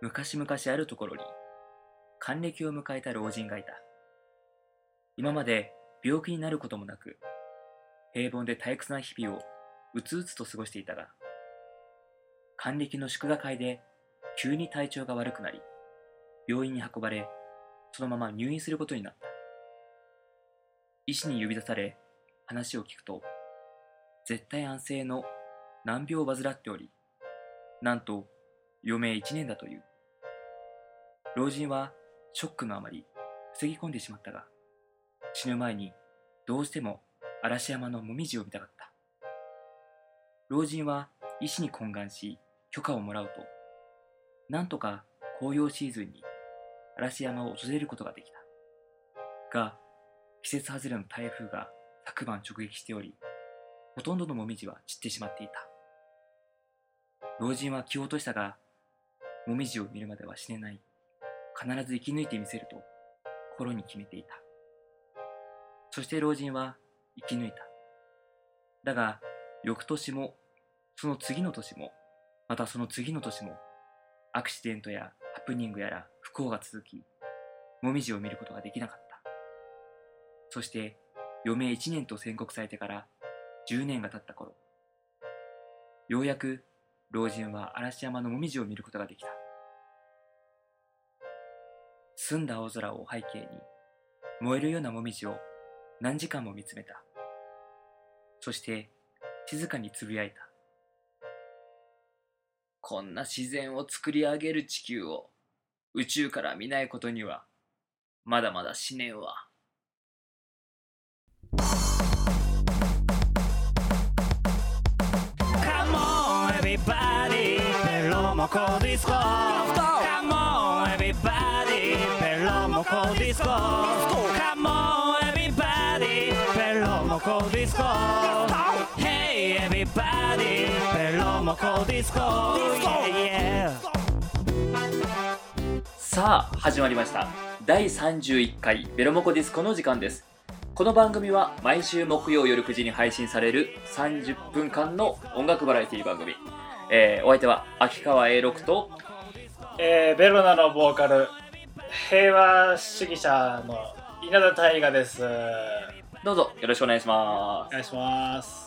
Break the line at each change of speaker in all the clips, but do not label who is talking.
昔々あるところに還暦を迎えた老人がいた今まで病気になることもなく平凡で退屈な日々をうつうつと過ごしていたが還暦の祝賀会で急に体調が悪くなり病院に運ばれそのまま入院することになった医師に呼び出され話を聞くと絶対安静の難病を患っておりなんと余命1年だという老人はショックのあまり防ぎ込んでしまったが死ぬ前にどうしても嵐山の紅葉を見たかった老人は医師に懇願し許可をもらうとなんとか紅葉シーズンに嵐山を訪れることができたが季節外れの台風が昨晩直撃しておりほとんどの紅葉は散ってしまっていた老人は気を落としたが紅葉を見るまでは死ねない必ず生き抜いてみせると心に決めていたそして老人は生き抜いただが翌年もその次の年もまたその次の年もアクシデントやハプニングやら不幸が続き紅葉を見ることができなかったそして余命1年と宣告されてから10年が経った頃ようやく老人は嵐山の紅葉を見ることができた澄んだ青空を背景に燃えるような紅葉を何時間も見つめたそして静かにつぶやいたこんな自然を作り上げる地球を宇宙から見ないことにはまだまだ思念は
「カモンエビバディペロモコディスコ」「カモンエビバディペロモコディスコ」「カモンエビバディペロモコディスコ」「Hey everybody ペロモコディスコ」Yeah, yeah.
さあ始まりました第31回ベロモコディスコの時間ですこの番組は毎週木曜夜9時に配信される30分間の音楽バラエティ番組、えーお相手は秋川 A6 と
えー、ベロナのボーカル平和主義者の稲田大我ですお
どうぞよろしくお願いしま
願いします
す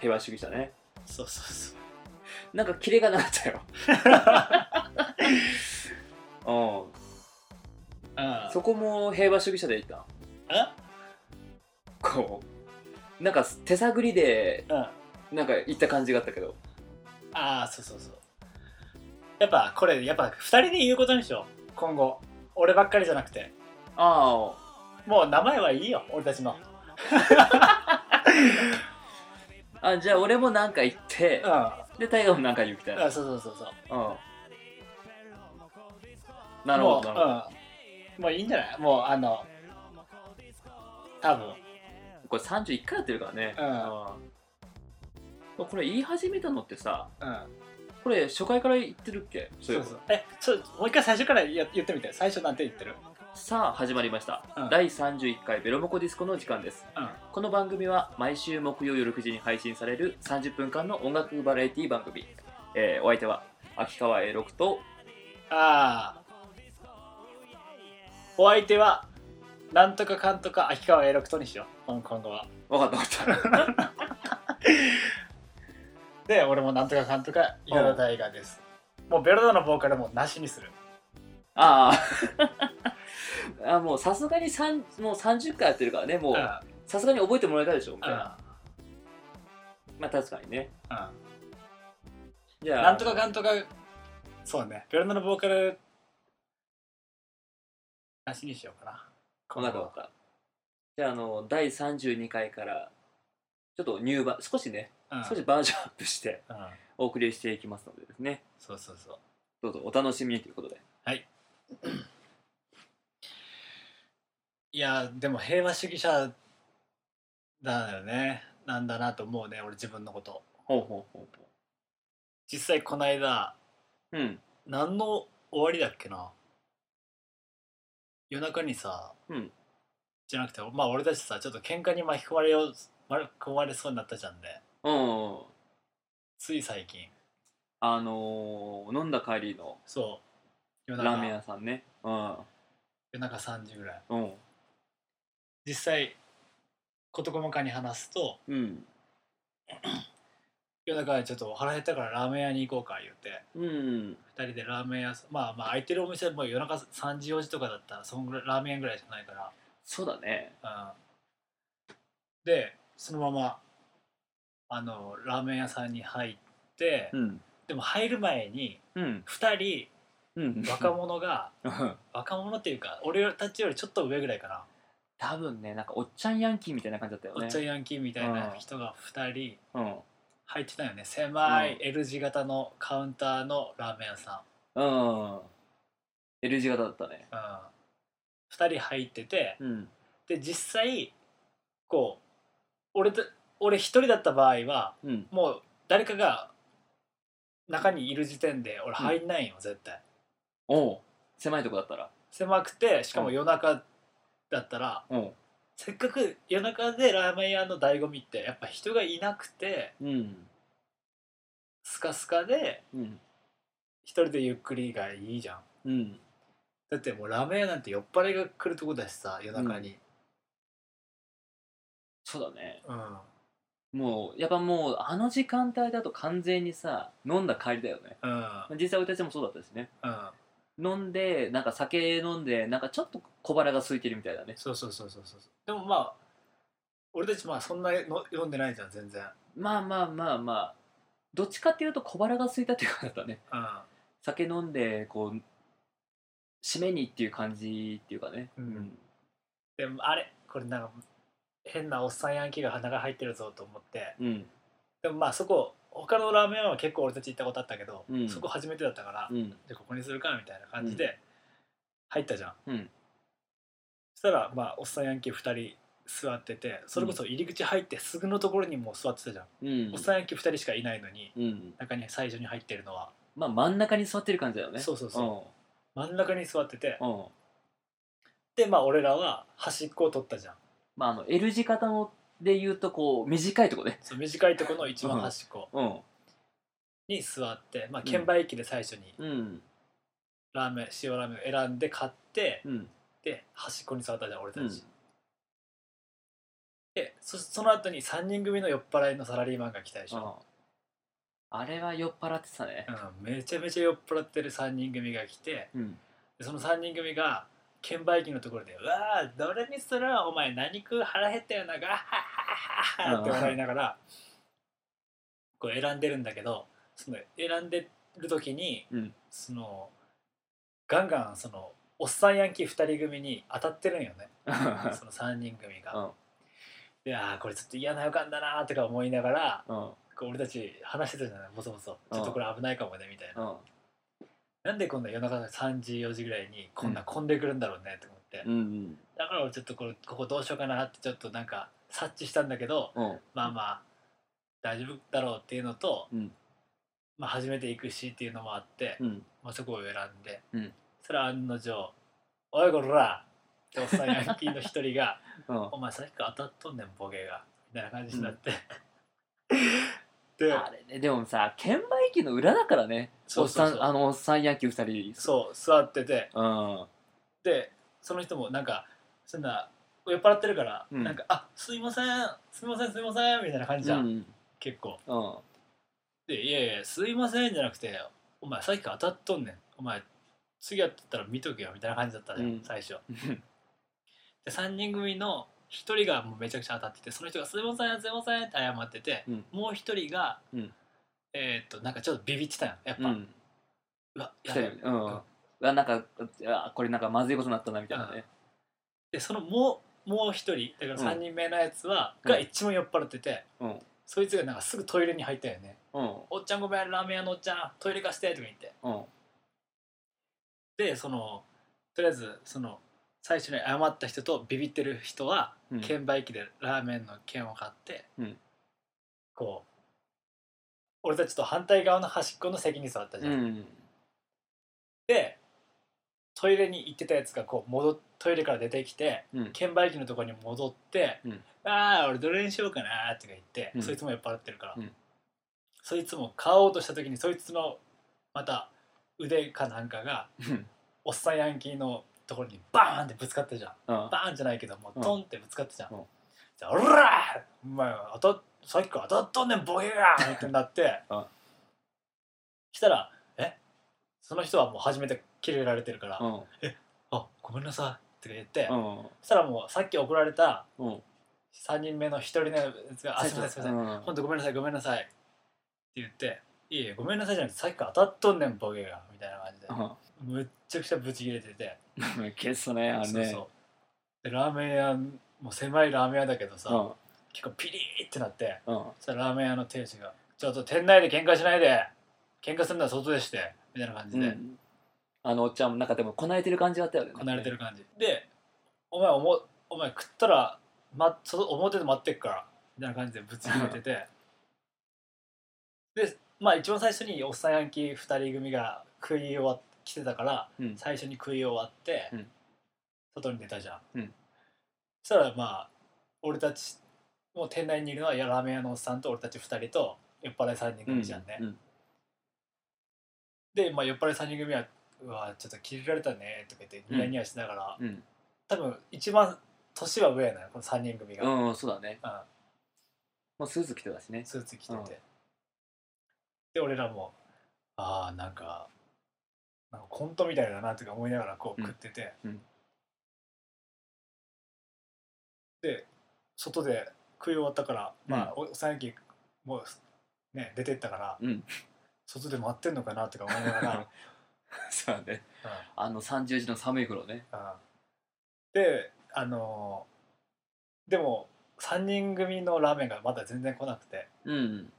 平和主義者ね
そうそうそう
なんかキレがなかったよ う
うん
んそこも平和主義者でいった
あ
こうなんか手探りで
うん
なんか行った感じがあったけど
ああそうそうそうやっぱこれやっぱ二人で言うことにしよう今後俺ばっかりじゃなくて
ああ
もう名前はいいよ俺たちの
あじゃあ俺もなんか行って
うん、あ
で大河もなんか言うみたいな
そうそうそうそう
うんなるほどなるほど、
もう,、うん、もういいんじゃないもうあの多分
これ31回やってるからね、
うん
うんこれ言い始めたのってさ
うん
これ初回から言ってるっけそうい
そ
え
う
ば
そうえそうもう一回最初からや言ってみて最初なんて言ってる
さあ始まりました、
うん
第31回ベロモコディスコの時間です、
うん
この番組は毎週木曜夜9時に配信される30分間の音楽バラエティ番組、えーお相手は秋川 A6 と
ああお相手はなんとかかんとか秋川 A6 とにしよう今今後は
分かった分か った
で俺もなんとかかんとか稲田大我ですもうベロダのボーカルもうなしにする
あ ああもうさすがにさんもう30回やってるからねも
うん
う
うん
さすがに覚えてもらえたでしょみたいな
う
まあ確かにね
ん
じゃあ
なんとかかんとかそうねベロダのボーカルなしにしようかな
分かった分かったじゃああの第32回からちょっと入版少しね、
うん
少しバージョンアップして
うん
お送りしていきますのでですね
そうそうそう
どうぞお楽しみにということで
いやでも平和主義者だよねなんだなと思うね俺自分のこと
ほうほうほうほ
実際この間
ううん
何の終わりだっけな夜中にさ、
うん
じゃなくてまあ俺たちさちょっと喧嘩に巻き込まれよう巻き込まれそうになったじゃんね
うんうんうん
つい最近
あのー飲んだ帰りの
そう夜
ラ
中
ーメン屋さんねうん
夜中3時ぐらい
うん
実際事細かに話すと
うん
夜中ちょっと腹減ったからラーメン屋に行こうか言って
うん
2人でラーメン屋さんまあまあ空いてるお店も夜中3時4時とかだったらそんぐらいラーメン屋ぐらいしかないから
そうだね
うんでそのままあのラーメン屋さんに入って、
うん
でも入る前に
うん
2
うん
人若者が
うん
若者っていうか俺たちよりちょっと上ぐらいかな、
多分ねなんかおっちゃんヤンキーみたいな感じだったよね
おっちゃんヤンキーみたいな人が2人
うん
入ってたよね狭
う
い L 字型のカウンターのラーメン屋さ
うん L 字型だったね
ん、うん、2人入ってて
うん
で実際こう俺と俺1人だった場合は
うん
もう誰かが中にいる時点で俺入んないよ、絶対
おう狭いとこだったら
狭くてしかも
うん
夜中だったら、
おう
せっかく夜中でラーメン屋の醍醐味ってやっぱ人がいなくて
うん
スカスカで
うん
一人でゆっくりがいいじゃん
うん
だってもうラーメン屋なんて酔っ払いが来るとこだしさ夜中に
そうだね
うん、
もうやっぱもうあの時間帯だと完全にさ飲んだ帰りだよね
うんうん
実際俺たちもそうだったしね飲んでなんか酒飲んでなんかちょっと小腹が空いてるみたいだね
そうそうそうそうそうでもまあ俺たちまあそんなの飲んでないじゃん全然
まあまあまあまあどっちかっていうと小腹が空いたっていう感じだったね
うん
酒飲んでこう締めにっていう感じっていうかね
うんでもあれこれなんか変なおっさんヤンキーが鼻が入ってるぞと思って
うん
でもまあそこ他のラーメン屋は結構俺たち行ったことあったけど、
うん
そこ初めてだったから、
うん
でここにするかみたいな感じで入ったじゃん、
うん
そしたらまあおっさんヤンキー2人座っててそれこそ入り口入ってすぐのところにもう座ってたじゃん、
うん
おっさんヤンキー2人しかいないのに
うん
中に最初に入ってるのは
まあ真ん中に座ってる感じだよね
そうそうそ真ん中に座ってて
うんうん
でまあ俺らは端っこを取ったじゃん
まああの L 字型ので言うとこう短いとこね
そう短いところの一番端っこ
うん
に座って、まあ、
うん
券売機で最初に
うん
ラーメン塩ラーメンを選んで買って
うん
で端っこに座ったじゃん俺たち、
うん
でそその後に3人組の酔っ払いのサラリーマンが来たでしょ、
あれは酔っ払ってたね
うんめちゃめちゃ酔っ払ってる3人組が来て
うん
でその3人組が券売機のところで「うわあどれにするお前何食う腹減ったよなガッハッハッハッハッ」って笑いながらこう選んでるんだけどその選んでる時に、
うん
そのガンガンそのおっさんヤンキー2人組に当たってるん よねその3人組が。
うん
いやーこれちょっと嫌な予感だなーとか思いながら
うん
こう俺たち話してたじゃないボソボソちょっとこれ危ないかもねみたいな。
うん
なんでこんな夜中の3時4時ぐらいにこんな混んでくるんだろうねって思って、
うん
だから俺ちょっとこれここどうしようかなってちょっとなんか察知したんだけど
うん
まあまあ大丈夫だろうっていうのと、
うん
まあ、初めて行くしっていうのもあって、
うん
まあ、そこを選んで、
うん
それは案の定「おいこら!」っておっさんヤンキーの一人が
うん
「お前さっきから当たっとんねんボケが」みたいな感じになって、 で
あれねでもさ券売機の裏だからね
そうそうそう
おっさんあのおっさんヤンキー2人
そう座ってて
うん
でその人もなんかそんな酔っ払ってるから、
うん
なんか「あすいませんすいませんすいません」みたいな感じじゃん、
うん
結構
うん
で「いやいやすいません」じゃなくて「お前さっきから当たっとんねんお前次やったら見とけよ」みたいな感じだったじゃん、
うん
最初で3人組の1人がもうめちゃくちゃ当たっててその人が「すいませんすいません」って謝ってて、
うん
もう1人が、
うん
えーっとなんかちょっとビビってたよやっぱ、
う
うんわ
来
や
た
ばい
よねうんうわなんかあこれなんかまずいことになったなみたいなね
でそのもうもう1人だから3人目のやつは、
うん
が一番酔っ払ってて、
うん
そいつがなんかすぐトイレに入ったよね
うん
「おっちゃんごめんラーメン屋のおっちゃんトイレ貸して」とか言って
うん
でそのとりあえずその最初に謝った人とビビってる人は
うん
券売機でラーメンの券を買って、
うん
こう俺たちと反対側の端っこの席に座ったじゃ、
うんん
でトイレに行ってたやつがこう戻っトイレから出てきて
うん
券売機のところに戻って「
うん
ああ俺どれにしようかな」とか言って、
うん
そいつも酔っ払ってるから「
うん
そいつも買おうとした時にそいつのまた腕かなんかが
うん
おっさんヤンキーのところにバーンってぶつかったじゃん
うん
バーンじゃないけども
う
うんトンってぶつかったじゃん、
うん
じゃあ「おらお前当たっさっきから当たっとんねんボケが!」ってなって、
うん
したら「えその人はもう初めてキレられてるから、
うん
あごめんなさい」って言って、
うん
そしたらもうさっき怒られた
うん
3人目の1人のやつが「あすいませんすいません」
うん
ほんとごめんなさいごめんなさい」って言って「いえいえごめんなさい」じゃなくてさっきから当たっとんねんボケがみたいな感じで、むっちゃくちゃブチ切れてて、
うん消すねあれ
そう
ね
そうでラーメン屋もう狭いラーメン屋だけどさ、
うん
結構ピリーってなって
うん
そしたらラーメン屋の店主が「ちょっと店内で喧嘩しないで喧嘩するのは外でして」みたいな感じで、
うんあのおっちゃんもなんかでもこなれてる感じがあったよね
こなれてる感じで「お前おもお前食ったら、ま、外表で待ってっから」みたいな感じでぶち切れ ててでまあ一番最初におっさんヤンキー2人組が食い終わって来てたから
うん
最初に食い終わって、
うん
外に出たじゃん、
うん
そしたらまあ俺たちもう店内にいるのはいやラーメン屋のおっさんと俺たち2人と酔っ払い3人組じゃんね、
うん
で、まあ、酔っ払い3人組は「うわちょっと切れられたね」とか言ってニヤニヤしながら、
うん
多分一番年は上やなこの3人組が、
う
うん
んうんそうだねもうスーツ着てたし ね
スーツ着てて、
うん
で俺らもああなんかなんかコントみたいだなとか思いながらこう
うん
食ってて、
うん
で外で食い終わったから、まあおおさんやきもうね出てったから、
うん
外で待ってんのかなとか思いなが ら
そうだねあの30時の寒い頃ね
うんであのーでも3人組のラーメンがまだ全然来なくて
うん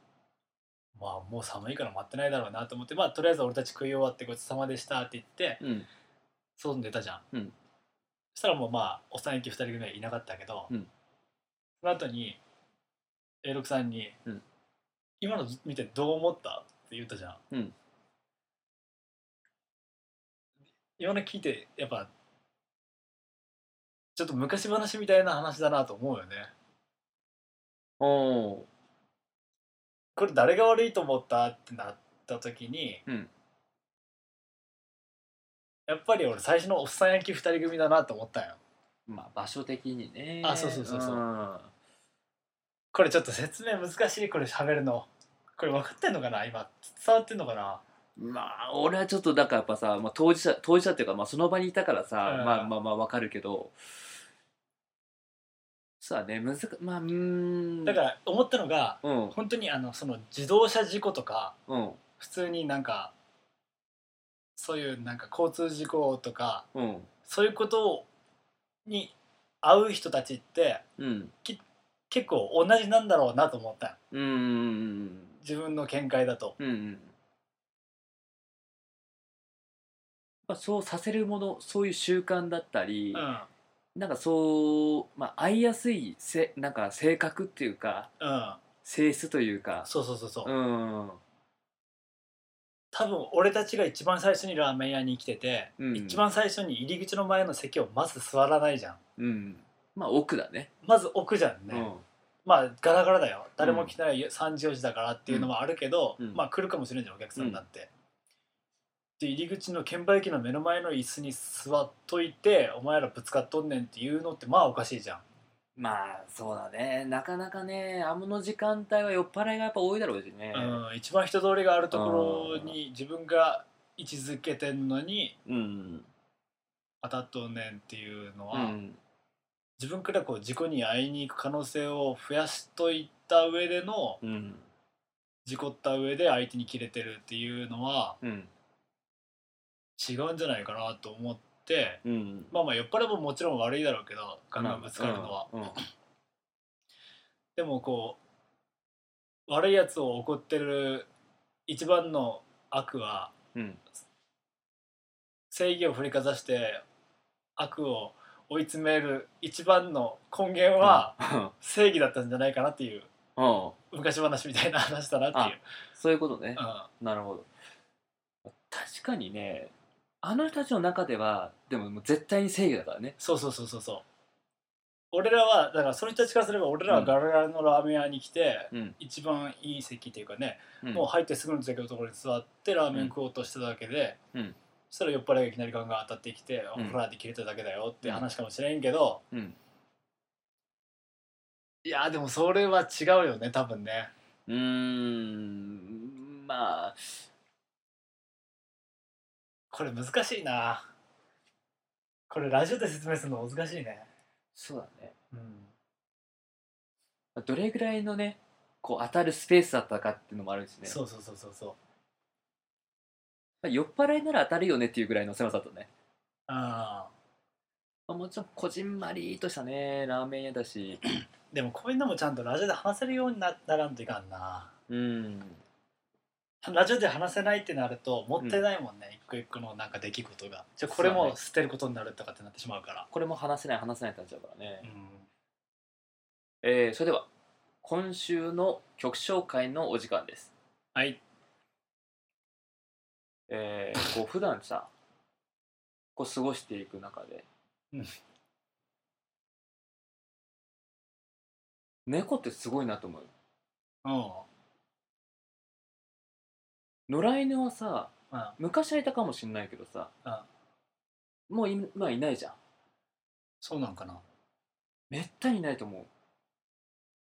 まあもう寒いから待ってないだろうなと思ってまあとりあえず俺たち食い終わってごちそうさまでしたって言って
うん
外に出たじゃん、
うん
そしたらもうまあおっさん駅2人組はいなかったけど、
うん
その後に A6 さんに、
うん
今の見てどう思った?」って言ったじゃん、
うん
今の聞いてやっぱちょっと昔話みたいな話だなと思うよね
おー
これ誰が悪いと思ったってなった時に、
うん
やっぱり俺最初のおっさん焼き2人組だなと思ったよ
まあ場所的にね
あそうそうそうそうんこれちょっと説明難しいこれ喋るのこれ分かってんのかな今伝わってんのかな
まあ俺はちょっとだからやっぱさ、まあ、当事者当事者っていうか、まあ、その場にいたからさ、
うん
まあまあまあわかるけどそうだねむずかまあうーん
だから思ったのが
うん
本当にあのその自動車事故とか
うん
普通になんかそういうなんか交通事故とか
うん
そういうことに会う人たちって
うん
結構同じなんだろうなと思ったよ
うんうん
自分の見解だと
うんうんまあそうさせるものそういう習慣だったり、
うん
なんかそう、まあ、合いやすいせなんか性格っていうか
うん
性質というか
そうそうそうそう、
うん
多分俺たちが一番最初にラーメン屋に来てて、
うん
一番最初に入り口の前の席をまず座らないじゃん
うんまあ奥だね
まず置くじゃんね、まあガラガラだよ誰も来てない3時4時だからっていうのもあるけど、
うん
まあ来るかもしれんじゃんお客さんだって、で入り口の券売機の目の前の椅子に座っといてお前らぶつかっとんねんっていうのってまあおかしいじゃん
まあそうだねなかなかねあの時間帯は酔っ払いがやっぱ多いだろうしね
うん、一番人通りがあるところに自分が位置づけてんのに
うん
当たっとんねんっていうの
う
は、
ん
自分からこう事故に遭いに行く可能性を増やしといた上での
うん
事故った上で相手に切れてるっていうのは
うん
違うんじゃないかなと思って
うん
まあまあ酔っ払いももちろん悪いだろうけどガンガンぶつかるのは、
うんうん
でもこう悪いやつを怒ってる一番の悪は
うん
正義を振りかざして悪を追い詰める一番の根源は正義だったんじゃないかなっていう
うんうん
昔話みたいな話だなっていう。
そういうことね
う、ん
なるほど確かにねあの人たちの中ではでももう絶対に正義だからね
そうそうそうそうそう俺らはだからその人たちからすれば俺らはガラガラのラーメン屋に来て、
うん
一番いい席っていうかね、
うん
もう入ってすぐの席のところに座ってラーメン食おうとしただけで、
うん
そしたら酔っ払いがいきなりガンガン当たってきて「
うん
ほら」で切れただけだよって話かもしれんけど、
うん
いやでもそれは違うよね多分ね。
うーんまあ
これ難しいなこれラジオで説明するの難しいね
そうだね
うん
どれぐらいのねこう当たるスペースだったかっていうのもあるんですね
そうそうそうそうそう
まあ酔っ払いなら当たるよねっていうぐらいの狭さだったね、
あ
まあ、もちろんこじんまりとしたねラーメン屋だし
ーでもこういうのもちゃんとラジオで話せるようになならんといかんな
うん
ラジオで話せないってなるともったいないもんね、一個一個のなんか出来事がじゃあこれ
そうだ
も
ね
捨てることになるとかってなってしまうから
これも話せない話せないってなっちゃうからね、
うん
えーそれでは今週の曲紹介のお時間です
はい
えーこう普段さこう過ごしていく中で、
うん
猫ってすごいなと思うよ
うん
野良犬はさ
うん
昔はいたかもしんないけどさ、もう今いないじゃん
そうなんかな
めったにいないと思う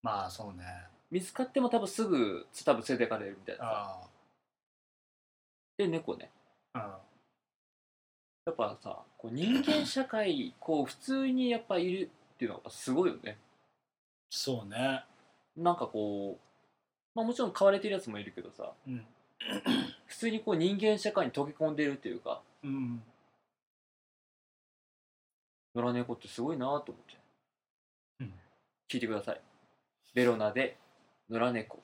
まあそうね
見つかっても多分すぐ多分連れてかれるみたいなさ
あ
で猫ね
あ
やっぱさこう人間社会こう普通にやっぱいるっていうのはやっぱすごいよね
そうね
なんかこうまあもちろん飼われてるやつもいるけどさ
うん
普通にこう人間社会に溶け込んでるっていうか
うん
野良猫ってすごいなと思って、
うん
聞いてくださいベロナで野良猫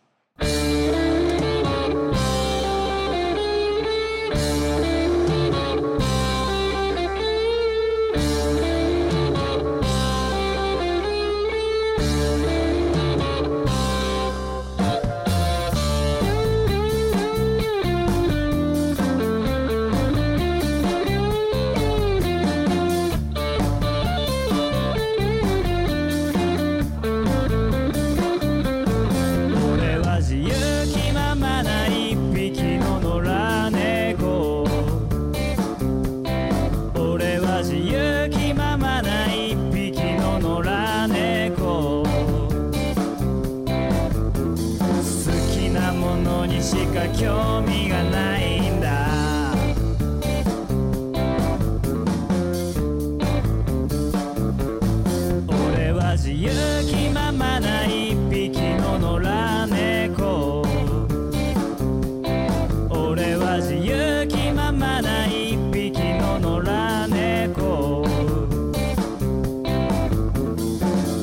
俺は自由気ままな一匹の野良猫俺は自由気ままな一匹の野良猫好きなものにしか興味がないんだ俺は自由気ままな一匹の野良猫俺は自由気ままな一匹の野良猫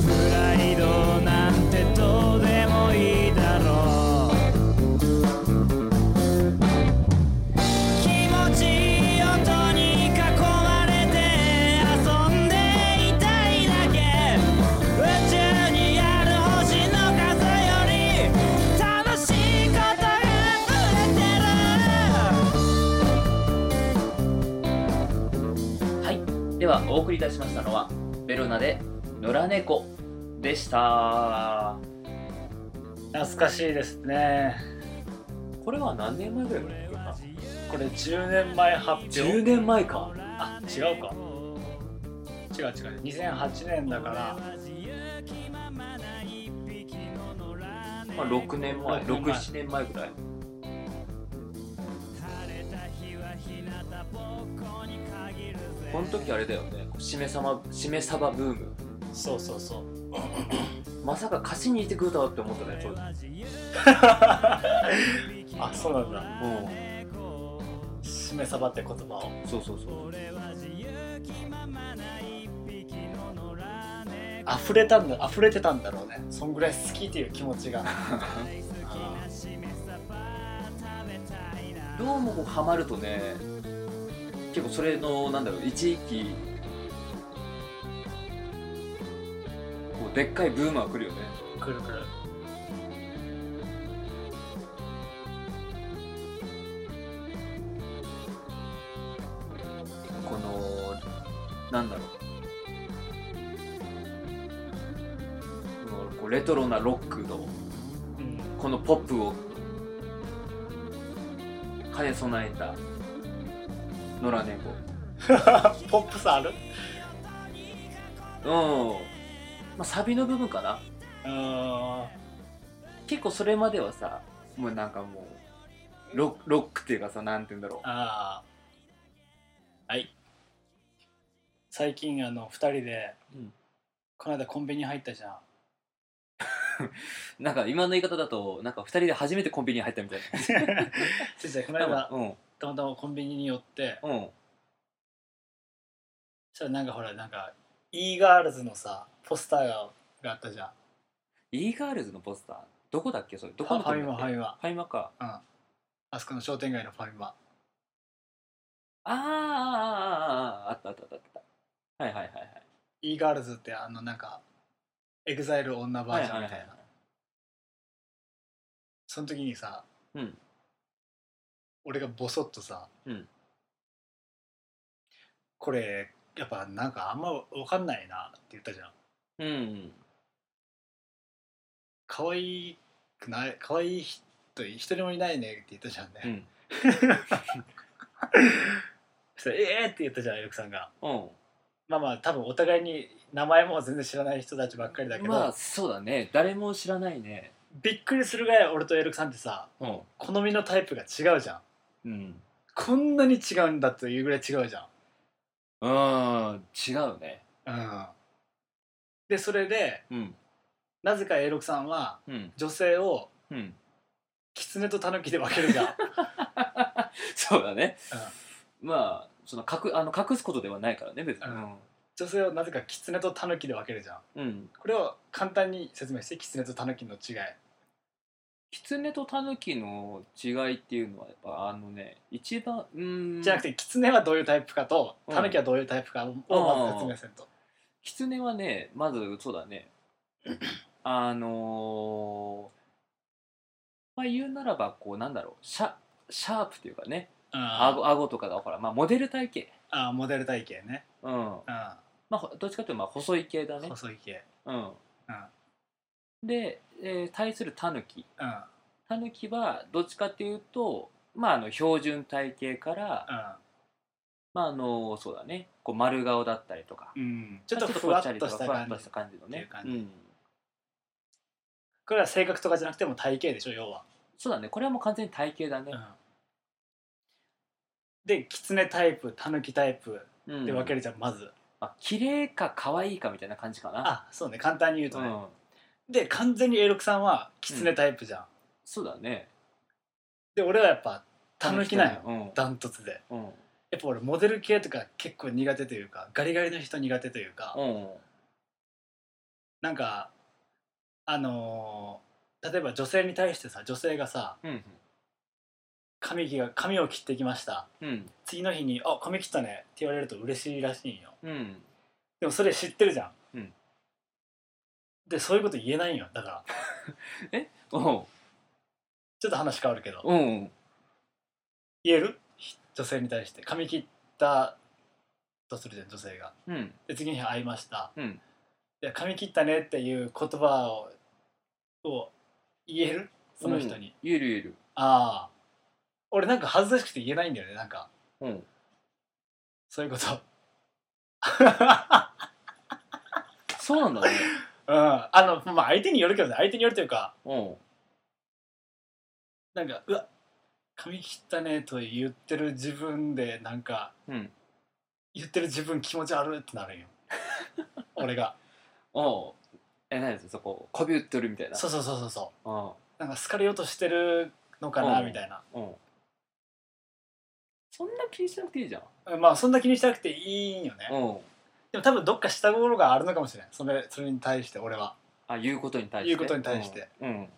プライドなんてどうでもいいだろう気持ちいい音に囲まれて遊んでいたいだけ宇宙にある星の数より楽しいことが溢れてる
はいではお送りいたしましたのはベロナで野良猫でした
懐かしいですね
これは何年前ぐらいだった
これ10年前発表
10年前か
あ違うか違う違う2008年だから
まあ、6年前
六年前
67年前ぐらいこの時あれだよねしめさましめさばブーム
そうそうそう
まさか貸しにいてくれたわって思ったね当時
あそうなんだ
う
しめさばって言葉を
んそうそうそう
溢れたんだ溢れてたんだろうねそんぐらい好きっていう気持ち があ
どうもこうハマるとね結構それのなんだろう一時期こうでっかいブームが来るよね
ーくるくる
このなんだろううレトロなロックの
うん
このポップを兼ね備えた野良猫
ポップさある
うん、まあ、サビの部分かな
うーん
結構それまではさもうなんかもうロッロックっていうかさなんて言うんだろう
ああはい最近あの2人で、
うん
この間コンビニ入ったじゃん
なんか今の言い方だとなんか2人で初めてコンビニに入ったみたい
先生この
な
間
うん
たまたまコンビニに寄って
うん
そしたらなんかほらなんか e ガールズのさポスターがあったじゃん
e ガールズのポスターどこだっけそれどこ
フ
の
ァ
国
ミ
だっ
マ
け
ファミマ
ファイマか
あそこの商店街のファミマ
あーあーあーあーあーあったあったあったあったはいはいはいはい
e ガールズってあのなんかエグザイル女バージョンみた
はい
いな、
はいはい
その時にさ、
うん
俺がボソッとさ、
うん
これやっぱなんかあんま分かんないなって言ったじゃん
うん
可愛くない可愛い人一人もいないねって言ったじゃんね、
うん
そしたらええー、って言ったじゃんエルクさんが
うん
まあまあ多分お互いに名前も全然知らない人たちばっかりだけど、
まあそうだね誰も知らないね
びっくりするぐらい俺とエルクさんってさ
うん
好みのタイプが違うじゃ
う
ん
ん
こんなに違うんだというぐらい違うじゃん
うん違うね
うんでそれで
うん
なぜか A6 さんは
うん
女性を
うん
狐と狸で分ける じゃん
そうだねまあその隠あの隠すことではないからね別に
うん女性をなぜか狐と狸で分けるじゃん
うん
これを簡単に説明して狐と狸の違い
狐とタヌキの違いっていうのはやっぱあのね一番うん
じゃなくて狐はどういうタイプかと
うん
狸はどういうタイプかをまず説明せんと
狐はねまずそうだ ねあのーまあ言うならばこうなんだろうシャシャープっていうかね
あ
顎顎とかがほら、まあ、モデル体型
あモデル体型ね
うんま
う
あほどっちかというとまあ細い系だ
ん
ね
細い系
うん
うん
で、えー対するタヌキ
うんうん
タヌキはどっちかっていうとまああの標準体型から、まああのそうだねこう丸顔だったりとか
うんちょっとふわっとした
ふわっ
感
と
じ
した感じのね
っていう感じ
うん
これは性格とかじゃなくても体型でしょ要は、
そうだねこれはもう完全に体型だね、
で狐タイプタヌキタイプ
うん
で分けるじゃん、まず
まあ綺麗か可愛いかみたいな感じかな
あそうね簡単に言うと
う
ね、
ん、
で完全に A6 さんは狐タイプじゃん、
そうだね
で俺はやっぱタヌキなんよ
よ
ダントツで
うんうん
やっぱ俺モデル系とか結構苦手というかガリガリの人苦手というか、
うん
なんかあのー例えば女性に対してさ女性がさ
うん
髪切りが髪を切ってきました
うん
次の日に「あ髪切ったね」って言われると嬉しいらしいんよ
うん
でもそれ知ってるじゃん、
うん
でそういうこと言えないんよだから
お
ちょっと話変わるけど
うんうん
言える女性に対して髪切ったとするじゃん女性が
うん
で次の日会いました、
うん
で髪切ったねっていう言葉をを言えるその人に、
うんゆるゆる
ああ俺なんか恥ずかしくて言えないんだよねなんか
うん
そういうことうん
そうなんだね
あのまあ相手によるけどね相手によるというか
うん
なんかうわ髪切ったねと言ってる自分でなんか
うん
言ってる自分気持ち悪いって なるんよ俺が
おうえ何ですそここび売ってるみたいな
そうそうそうそうそう
うん
なんか好かれようとしてるのかな
うん
みたいな
うんそんな気にしなくていいじゃん
まあそんな気にしなくていいんよね
うん
でも多分どっか下心があるのかもしれないそれそれに対して俺は
あ言うことに対して
言うことに対して
うんうん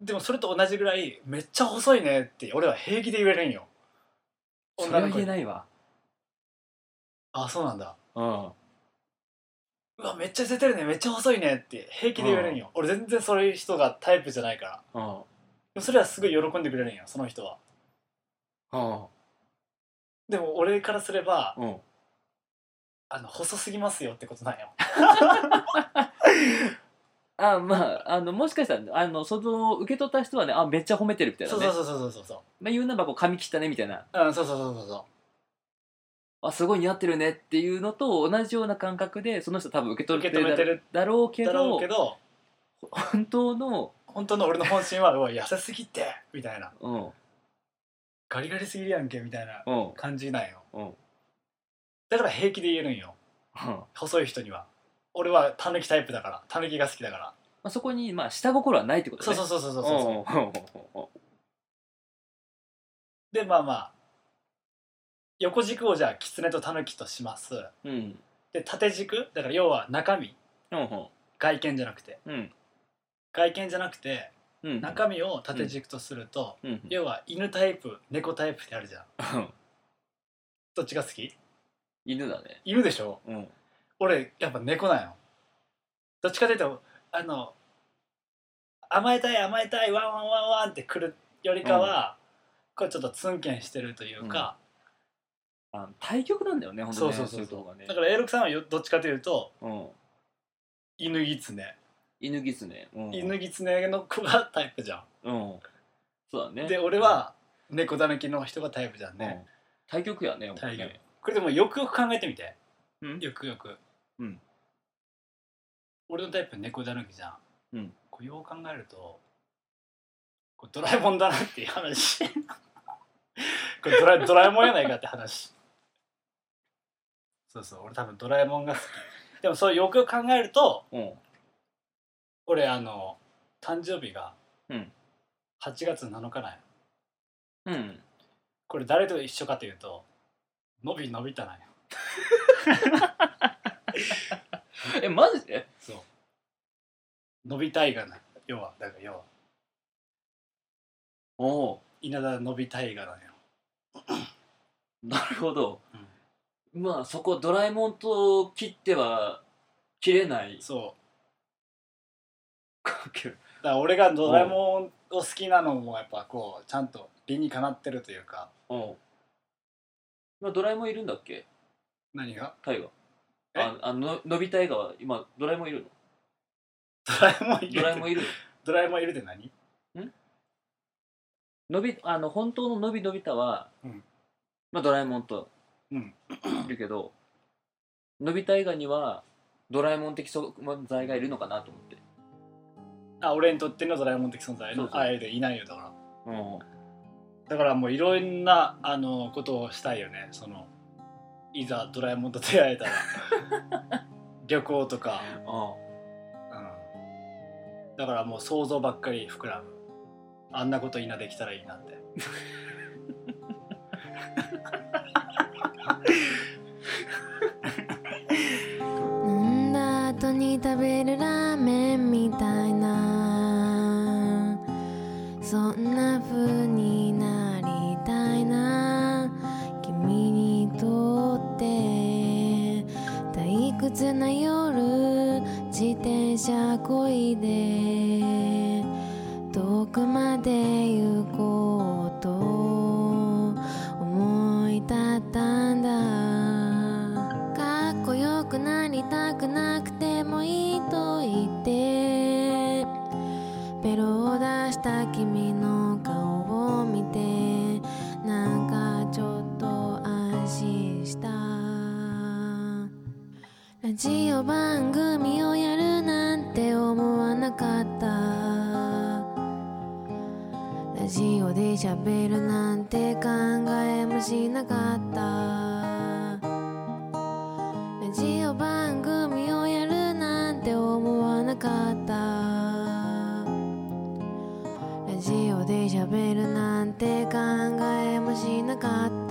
でもそれと同じぐらいめっちゃ細いねって俺は平気で言えるんよ
それは言え
に
ないわ
あそうなんだ
うん
うわめっちゃ痩せてるねめっちゃ細いねって平気で言えるんよ、俺全然そういう人がタイプじゃないから
うん
でもそれはすごい喜んでくれるんよその人は
うん
でも俺からすれば
うん
あの細すぎますよってことなんよ
あまああのもしかしたらあのその受け取った人はねあめっちゃ褒めてるみたいな
そう
ね
そうそうそうそうそう
まあ、言うならばこう髪切ったねみたいな
うんそうそうそうそうそ
あすごい似合ってるねっていうのと同じような感覚でその人多分受け
う
取
受
れ
け
て
止めて
る
る
だろうけ
だろ
ど
うけど
本当の、
本当の俺の本心は「うわ痩せすぎて」みたいな
うん
「ガリガリすぎるやんけ」みたいな
うんうん、
感じなんよ
うん
だから平気で言えるんよ
ま
細い人には俺はタヌキタイプだからタヌキが好きだから
あ、そこにまあ下心はないってこと
そう
ね
そううそうそうそう
そ
そうでまあまあ横軸をじゃあキツネとタヌキとします
うんうん
で縦軸だから要は中身
うんうん
外見じゃなくて
うん
外見じゃなくて
うん
中身を縦軸とすると、
うんうん
要は犬タイプ猫タイプってあるじゃん
うん
どっちが好き
犬だね
犬でしょ
うん
俺やっぱ猫なんよどっちかというとあの甘えたい甘えたいワンワンワンワンってくるよりかは、これちょっとツンケンしてるというか、
あの対局なんだよね本当ね
そうそうそうそう
いとこがね
だから A6 さんはよどっちかというと
うん
犬ギツネ
犬ギツネ、うん、
犬ギツネの子がタイプじゃ
うんそうだね
んで俺は猫だぬきの人がタイプじゃんね、
うん対局やねほんと
対
ね
局これでもよくよく考えてみて、
うん
よくよく、
うん
俺のタイプ猫だらけじゃん、
うん
こうよう考えるとこうドラえもんだなっていう話 これドラドラえもんやないかって話そうそう俺多分ドラえもんが好きでもそれよくよく考えると
うん
俺あの誕生日が
うん
8月7日なんよ
うん
これ誰と一緒かというと伸び伸びたなんよ
えマジで
そう伸びたいがない要はだから要は
おお
稲田伸びたいがなんよ
なるほど、まあそこドラえもんと切っては切れない
そう
関係
だから俺がドラえもんを好きなのもやっぱこうちゃんと理にかなってるというか
うんまあドラえもんいるんだっけ
何が
タイガ
え
ああののび太映画は今ドラえもんいる
ドラえもんい
の
る
ドラえもんいる
ドラえもんいるって何
ののび あの本当ののびのび太は、
うん
まあドラえもんと
うん
いるけど、のび太映画にはドラえもん的存在がいるのかなと思って
あ俺にとってのドラえもん的存在
そう
の
そう
あえでいないよだから
うん
だからもういろんなあのことをしたいよねそのいざドラえもんと出会えたら 旅行とか、
あ
うん、だからもう想像ばっかり膨らむあんなこと稲できたらいいなって
飲んだ後に食べるラーメンみたいなそんな風になりたいな君にとって退屈な夜自転車こいで遠くまで行こうと思い立ったんだかっこよくなりたくなくてもいいと言ってベロを出した君の顔を見てなんかちょっと安心したラジオ番組をやるなんて思わなかったラジオで喋るなんて考えもしなかったラジオ番組をやるなんて思わなかったラジオで喋るなんて考えもしなかった